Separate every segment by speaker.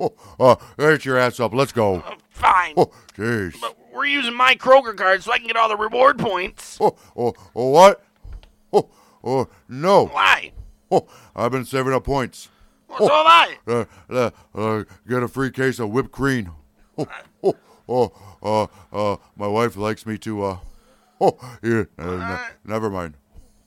Speaker 1: Oh, uh, get your ass up. Let's go.
Speaker 2: Uh, fine.
Speaker 1: Oh, jeez.
Speaker 2: But we're using my Kroger card so I can get all the reward points.
Speaker 1: Oh, oh, oh, what? Oh, oh, no.
Speaker 2: Why?
Speaker 1: Oh, I've been saving up points.
Speaker 2: Well, so have I.
Speaker 1: Uh, uh, uh, get a free case of whipped cream. Oh, oh, oh, uh, uh, my wife likes me to, uh, oh, yeah, uh, n- never mind.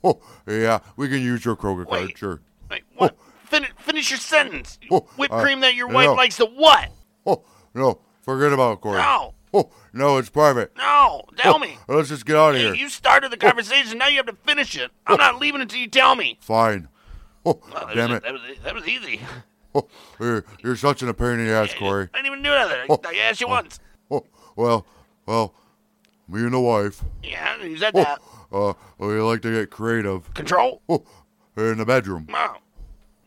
Speaker 1: Oh, yeah, we can use your Kroger card,
Speaker 2: Wait.
Speaker 1: sure.
Speaker 2: Wait, what? Fin- finish your sentence.
Speaker 1: Oh,
Speaker 2: Whipped
Speaker 1: uh,
Speaker 2: cream that your wife
Speaker 1: no.
Speaker 2: likes to what?
Speaker 1: Oh, no, forget about it, Corey.
Speaker 2: No.
Speaker 1: Oh, no, it's private.
Speaker 2: No, tell me.
Speaker 1: Let's just get out of
Speaker 2: Hey,
Speaker 1: Oh. here. Oh.
Speaker 2: you started the conversation. Now you have to finish it. I'm not leaving until you tell me.
Speaker 1: Fine. Oh,
Speaker 2: Well, that
Speaker 1: damn
Speaker 2: was,
Speaker 1: it.
Speaker 2: That was, that was easy.
Speaker 1: Oh, you're, you're such an pain in the ass, Corey.
Speaker 2: I didn't even do that. I, I asked you once.
Speaker 1: Oh, well, well, me and the wife,
Speaker 2: Yeah, you said
Speaker 1: oh,
Speaker 2: that.
Speaker 1: uh, we like to get creative.
Speaker 2: Control?
Speaker 1: Oh, in the bedroom.
Speaker 2: Wow.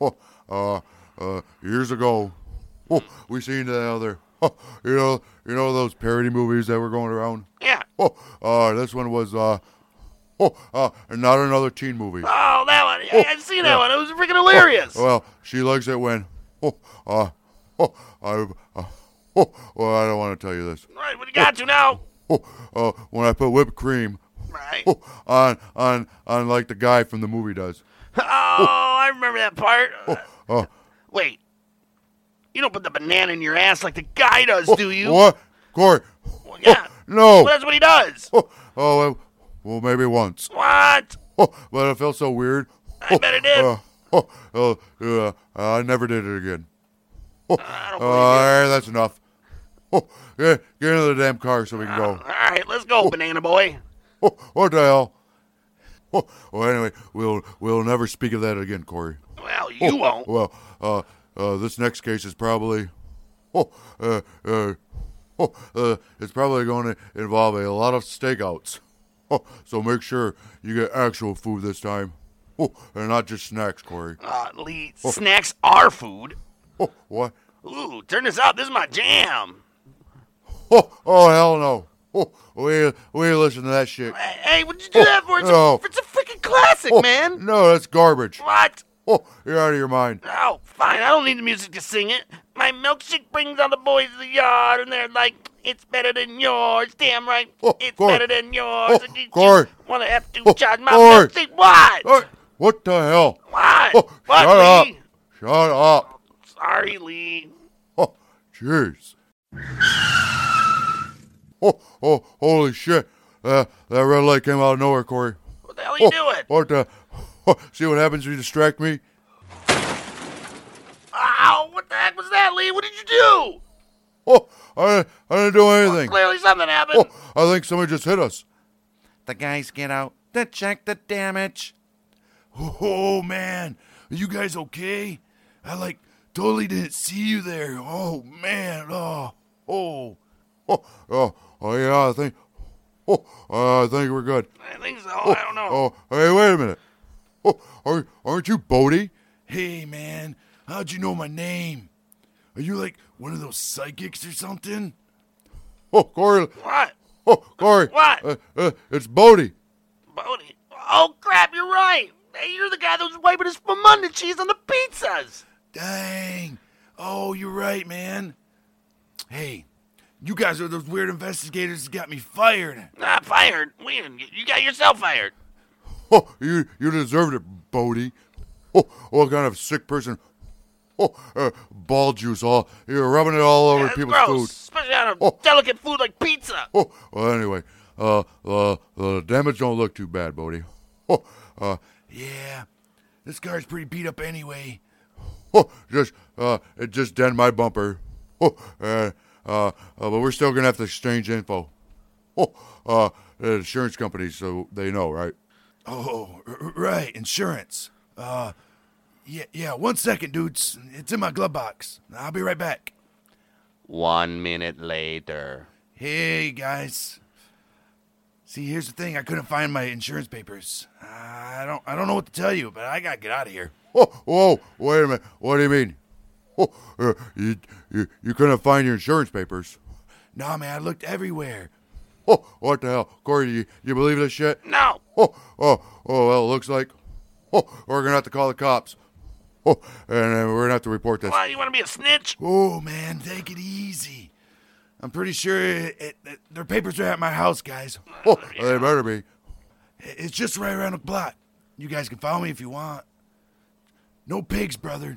Speaker 1: Oh, uh, uh, years ago, oh, we seen the other, oh, you know, you know those parody movies that were going around.
Speaker 2: Yeah.
Speaker 1: Oh, uh, this one was, uh, oh, uh, not another teen movie.
Speaker 2: Oh, that one. I, I see that one. It was freaking
Speaker 1: Oh.
Speaker 2: hilarious.
Speaker 1: Well, she likes it when, oh, uh, oh, I, uh, oh, well, I don't want to tell you this.
Speaker 2: right, we got you now.
Speaker 1: Oh, uh, when I put whipped cream
Speaker 2: Right.
Speaker 1: oh, on on on like the guy from the movie does.
Speaker 2: Oh, I remember that part.
Speaker 1: Oh,
Speaker 2: Wait. You don't put the banana in your ass like the guy does, do you?
Speaker 1: What, Corey?
Speaker 2: Well, yeah.
Speaker 1: Oh, No.
Speaker 2: Well, that's what he does.
Speaker 1: Oh, oh, well, well, maybe once.
Speaker 2: What?
Speaker 1: Oh, but it felt so weird.
Speaker 2: I bet it did.
Speaker 1: Uh, oh, oh, uh, I never did it again.
Speaker 2: I don't
Speaker 1: All
Speaker 2: believe
Speaker 1: right, that's enough. Oh, get, get into the damn car so we can
Speaker 2: you.
Speaker 1: go.
Speaker 2: All right, let's go, banana boy.
Speaker 1: Oh, what the hell? Oh, well, anyway, we'll we'll never speak of that again, Corey.
Speaker 2: Well,
Speaker 1: Oh.
Speaker 2: you won't.
Speaker 1: Well, uh, uh, this next case is probably, oh, uh, uh, oh, uh, it's probably going to involve a lot of stakeouts. Oh, so make sure you get actual food this time. Oh, and not just snacks, Corey.
Speaker 2: Uh, Lee, snacks are food.
Speaker 1: Oh, what?
Speaker 2: Ooh, turn this up. This is my jam.
Speaker 1: Oh, oh, hell no. Oh, we we listen to that shit.
Speaker 2: Hey, Hey, what'd you do that for? It's,
Speaker 1: no.
Speaker 2: a, it's a freaking classic,
Speaker 1: Oh,
Speaker 2: man.
Speaker 1: No, that's garbage.
Speaker 2: What?
Speaker 1: Oh, you're out of your mind.
Speaker 2: Oh, fine. I don't need the music to sing it. My milkshake brings all the boys to the yard, and they're like, "It's better than yours." Damn right,
Speaker 1: Oh,
Speaker 2: it's
Speaker 1: Corey.
Speaker 2: better than yours.
Speaker 1: Oh,
Speaker 2: and you
Speaker 1: Corey.
Speaker 2: want to have to
Speaker 1: Oh,
Speaker 2: charge my
Speaker 1: Corey.
Speaker 2: milkshake? What?
Speaker 1: Hey, what the hell?
Speaker 2: What?
Speaker 1: Oh,
Speaker 2: what,
Speaker 1: shut up.
Speaker 2: Lee?
Speaker 1: Shut up.
Speaker 2: Sorry, Lee.
Speaker 1: Oh, jeez. Oh, oh, holy shit. Uh, that red light came out of nowhere, Corey.
Speaker 2: What the hell are you
Speaker 1: Oh,
Speaker 2: doing?
Speaker 1: What the? Oh, see what happens when you distract me?
Speaker 2: Ow! What the heck was that, Lee? What did you do?
Speaker 1: Oh, I, I didn't do anything.
Speaker 2: Clearly, something happened.
Speaker 1: Oh, I think somebody just hit us.
Speaker 3: The guys get out to check the damage.
Speaker 1: Oh man, are you guys okay? I like totally didn't see you there. Oh man, oh oh oh oh, oh yeah, I think oh uh, I think we're good.
Speaker 2: I think so. I don't know.
Speaker 1: Oh hey, wait a minute. Oh, are aren't you Bodie? Hey man, how'd you know my name? Are you like one of those psychics or something? Oh Corey,
Speaker 2: What?
Speaker 1: oh Corey,
Speaker 2: What?
Speaker 1: Uh, uh, it's Bodie.
Speaker 2: Bodie. Oh crap! You're right. Hey, you're the guy that was wiping his Flamunda cheese on the pizzas.
Speaker 1: Dang. Oh, you're right, man. Hey, you guys are those weird investigators that got me fired.
Speaker 2: Not Ah, fired. When you got yourself fired.
Speaker 1: Oh, you you deserved it, Bodie. Oh, what kind of sick person? Oh, uh, ball juice all you're rubbing it all over
Speaker 2: That's
Speaker 1: people's
Speaker 2: gross,
Speaker 1: food.
Speaker 2: especially on a
Speaker 1: Oh.
Speaker 2: delicate food like pizza.
Speaker 1: Oh, well, anyway, uh, uh, the damage don't look too bad, Bodie. Oh, uh, yeah, this car's pretty beat up anyway. Oh, just uh, it just dent my bumper. Oh, uh, uh, uh, but we're still gonna have to exchange info. Oh, uh, the insurance company, so they know, right?
Speaker 4: Oh, r- r- right, insurance. Uh, yeah, yeah. One second, dudes. It's in my glove box. I'll be right back.
Speaker 2: One minute later.
Speaker 4: Hey, guys. See, here's the thing. I couldn't find my insurance papers. I don't. I don't know what to tell you, but I gotta get out of here.
Speaker 1: Oh, whoa, wait a minute. What do you mean? Oh, uh, you, you, you couldn't find your insurance papers.
Speaker 4: Nah, man. I looked everywhere.
Speaker 1: Oh, what the hell, Corey? You, you believe this shit?
Speaker 2: No.
Speaker 1: Oh, oh, oh, well, it looks like. Oh, we're gonna have to call the cops. oh, and uh, we're gonna have to report this.
Speaker 2: Why, you want to be a snitch?
Speaker 4: Oh, man, take it easy. I'm pretty sure it, it, it- their papers are at my house, guys.
Speaker 1: Oh, they better be.
Speaker 4: It- It's just right around the block. You guys can follow me if you want. No pigs, brother.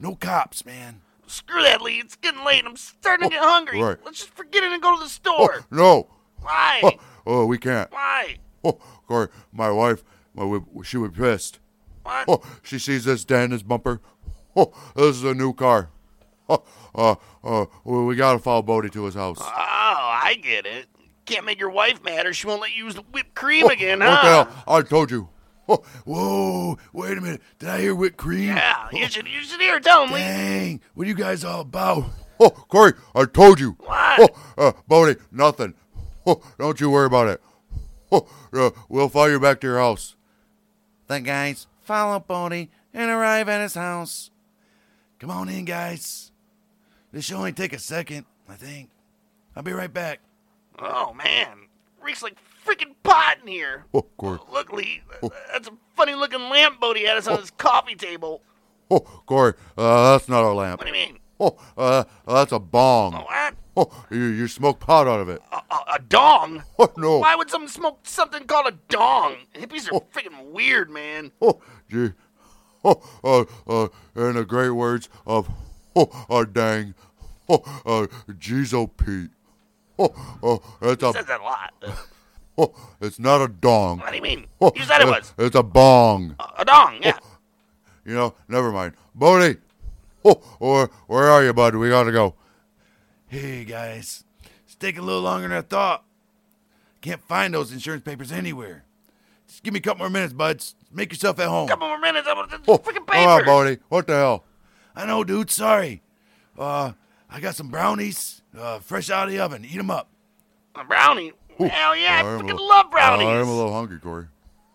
Speaker 4: No cops, man.
Speaker 2: Screw that, Lee. It's getting late. I'm starting to get hungry.
Speaker 1: Oh, right.
Speaker 2: Let's just forget it and go to the
Speaker 1: Oh,
Speaker 2: store.
Speaker 1: no.
Speaker 2: Why?
Speaker 1: Oh, oh, we can't.
Speaker 2: Why?
Speaker 1: Oh, Corey, my wife, my wi- she would be pissed.
Speaker 2: What?
Speaker 1: Oh, she sees this dent in his bumper. Oh, this is a new car. Oh, uh, uh, we, we gotta follow Bodie to his house.
Speaker 2: Oh, I get it. Can't make your wife mad or she won't let you use the whipped cream again,
Speaker 1: Oh. What the
Speaker 2: huh?
Speaker 1: hell? I told you. Oh,
Speaker 4: Whoa, wait a minute. Did I hear whipped cream?
Speaker 2: Yeah,
Speaker 1: Oh.
Speaker 2: you should, you should hear it. Tell him, Lee.
Speaker 4: Dang, what are you guys all about?
Speaker 1: oh, Corey, I told you.
Speaker 2: What?
Speaker 1: Oh, uh, Bodie, nothing. Oh, don't you worry about it. Oh, uh, we'll follow you back to your house.
Speaker 3: The guys follow Bodie and arrive at his house.
Speaker 4: Come on in, guys. This should only take a second, I think. I'll be right back.
Speaker 2: Oh, man. Reeks like freaking pot in here.
Speaker 1: Oh, Corey.
Speaker 2: Look, Lee. That's a funny looking lamp Bodie had us on his coffee table.
Speaker 1: Oh, Corey, uh, that's not our lamp.
Speaker 2: What do you mean?
Speaker 1: Oh, uh, that's a bong.
Speaker 2: What?
Speaker 1: Oh, you, you smoke pot out of it.
Speaker 2: A, a, a dong?
Speaker 1: Oh, no.
Speaker 2: Why would someone smoke something called a dong? Hippies are freaking weird, man.
Speaker 1: Oh, gee. Oh, uh, uh, in the great words of, oh, uh, dang. Oh, uh, Jeezo Pete. Oh, oh, it's
Speaker 2: Says
Speaker 1: a,
Speaker 2: that a lot.
Speaker 1: oh, it's not a dong.
Speaker 2: What do you mean?
Speaker 1: Oh,
Speaker 2: You said it
Speaker 1: uh,
Speaker 2: was
Speaker 1: It's a bong.
Speaker 2: a, a dong. Yeah.
Speaker 1: You know, never mind. Bodie! Oh, where, where are you, bud? We gotta go.
Speaker 4: Hey, guys. It's taking a little longer than I thought. Can't find those insurance papers anywhere. Just give me a couple more minutes, buds. Make yourself at home.
Speaker 2: couple more minutes. I'm gonna
Speaker 1: Oh,
Speaker 2: freaking
Speaker 1: come on,
Speaker 2: paper.
Speaker 1: Bodie. What the hell?
Speaker 4: I know, dude. Sorry. Uh, I got some brownies, uh, fresh out of the oven. Eat 'em up.
Speaker 2: A brownie. Hell yeah! I
Speaker 1: am a
Speaker 2: freaking
Speaker 1: little-
Speaker 2: love
Speaker 1: I am a
Speaker 2: brownies.
Speaker 1: little hungry, Corey.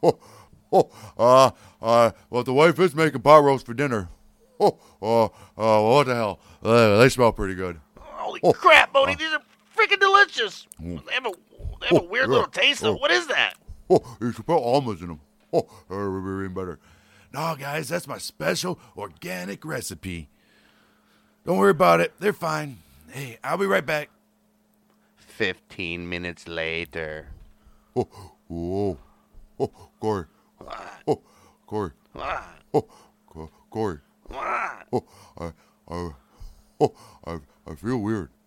Speaker 1: Oh, oh, uh, uh, well, the wife is making pot roast for dinner. Oh, uh, uh, well, what the hell? Uh, they smell pretty good.
Speaker 2: Holy crap,
Speaker 1: Uh.
Speaker 2: Bodie! These are freaking delicious. They have a they have a
Speaker 1: Oh,
Speaker 2: weird
Speaker 1: yeah.
Speaker 2: little taste.
Speaker 1: Oh.
Speaker 2: of What is that?
Speaker 1: Oh, you should put almonds in them. Oh, that would be even better.
Speaker 4: No, guys, that's my special organic recipe. Don't worry about it. They're fine. Hey, I'll be right back.
Speaker 2: Fifteen minutes later.
Speaker 1: Oh, whoa. Oh, Corey. Oh, Corey.
Speaker 2: What?
Speaker 1: Oh, Co- Corey.
Speaker 2: What?
Speaker 1: Oh, I, I, oh, I, I feel weird.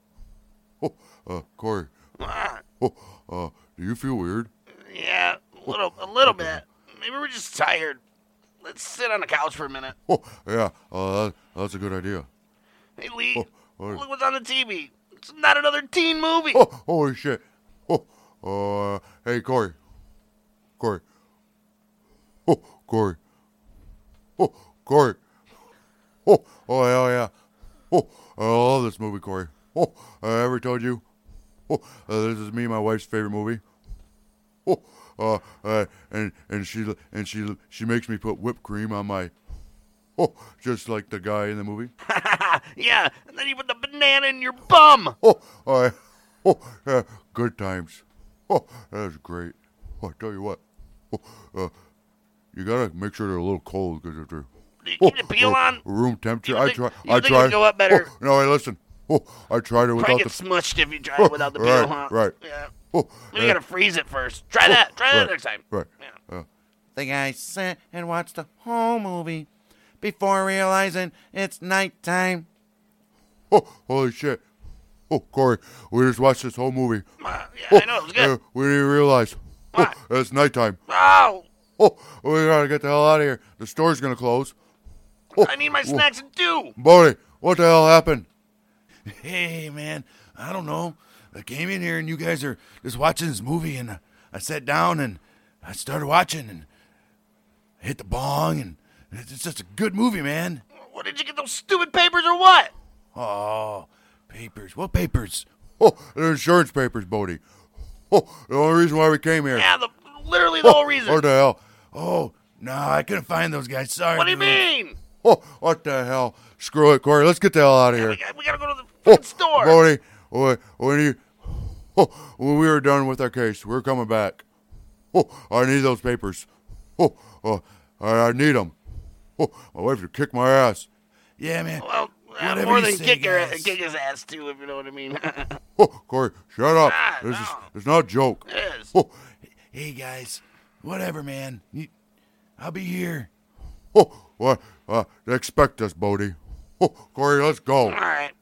Speaker 1: Oh, uh, Corey.
Speaker 2: What?
Speaker 1: Oh, uh, do you feel weird?
Speaker 2: Yeah, a little a little bit. Maybe we're just tired. Let's sit on the couch for a minute.
Speaker 1: Oh, yeah, uh, that, that's a good idea.
Speaker 2: Hey, Lee,
Speaker 1: Oh, all right.
Speaker 2: look what's on the TV. It's not another teen movie.
Speaker 1: Oh, holy shit. Oh, uh, hey, Corey. Corey. Oh, Corey. Oh, Corey. Oh, oh, hell yeah. Oh, I love this movie, Corey. Oh, I ever told you. Oh, uh, this is me, and my wife's favorite movie. Oh, uh, uh, and and she and she she makes me put whipped cream on my. Oh, just like the guy in the movie.
Speaker 2: yeah, and then you put the banana in your bum.
Speaker 1: Oh, I, oh, uh, good times. Oh, that was great. Oh, I tell you what, oh, uh, you gotta make sure they're a little cold because if they're
Speaker 2: Do you
Speaker 1: oh,
Speaker 2: keep the peel
Speaker 1: oh,
Speaker 2: on?
Speaker 1: room temperature,
Speaker 2: You
Speaker 1: I
Speaker 2: think-
Speaker 1: try,
Speaker 2: you
Speaker 1: I
Speaker 2: think
Speaker 1: try.
Speaker 2: it'd go up better?
Speaker 1: Oh, no, hey, listen. Oh, I tried it
Speaker 2: Probably
Speaker 1: without
Speaker 2: get
Speaker 1: the. oh,
Speaker 2: smushed if you try it without the peel,
Speaker 1: right,
Speaker 2: huh?
Speaker 1: right.
Speaker 2: Yeah.
Speaker 1: oh,
Speaker 2: Maybe you
Speaker 1: eh,
Speaker 2: gotta freeze it first. Try that. Try
Speaker 1: right,
Speaker 2: that next time.
Speaker 1: Right.
Speaker 2: Yeah.
Speaker 3: The guys sit and watch the whole movie before realizing it's nighttime.
Speaker 1: Oh, holy shit. Oh, Corey, we just watched this whole movie.
Speaker 2: Uh,
Speaker 1: Oh,
Speaker 2: yeah, I know it was
Speaker 1: uh,
Speaker 2: good.
Speaker 1: we didn't realize.
Speaker 2: What?
Speaker 1: Oh, it's nighttime.
Speaker 2: Oh,
Speaker 1: Oh, we gotta get the hell out of here. The store's gonna close. Oh,
Speaker 2: I need my snacks and dew.
Speaker 1: Bodie, what the hell happened?
Speaker 4: Hey, man, I don't know. I came in here and you guys are just watching this movie, and I sat down and I started watching and I hit the bong, and it's just a good movie, man.
Speaker 2: What did you get those stupid papers or what?
Speaker 4: Oh, papers. What papers?
Speaker 1: Oh, the insurance papers, Bodie. Oh, the only reason why we came here.
Speaker 2: Yeah, the literally the whole reason.
Speaker 1: What the hell?
Speaker 4: Oh, no, I couldn't find those guys. Sorry.
Speaker 2: What do you
Speaker 4: dude.
Speaker 2: mean?
Speaker 1: Oh, what the hell? Screw it, Corey. Let's get the hell out of
Speaker 2: We,
Speaker 1: here.
Speaker 2: got, we gotta go to the
Speaker 1: Oh,
Speaker 2: fucking store.
Speaker 1: Bodie, when when you, oh, when we were done with our case, we're coming back. Oh, I need those papers. Oh, uh, I, I need them. Oh, my wife would kick my ass.
Speaker 4: Yeah, man.
Speaker 2: Well, uh,
Speaker 4: Whatever
Speaker 2: more
Speaker 4: you
Speaker 2: than
Speaker 4: say,
Speaker 2: kick, her,
Speaker 4: guys.
Speaker 2: kick his ass, too, if you know what I mean.
Speaker 1: Oh, Corey, shut up.
Speaker 2: Ah,
Speaker 1: this is
Speaker 2: no.
Speaker 1: it's not a joke.
Speaker 2: yes.
Speaker 1: Oh,
Speaker 4: Hey, guys. Whatever, man. You- I'll be here.
Speaker 1: oh, what? Uh, they expect us, Bodie. Oh, Corey, let's go.
Speaker 2: All right.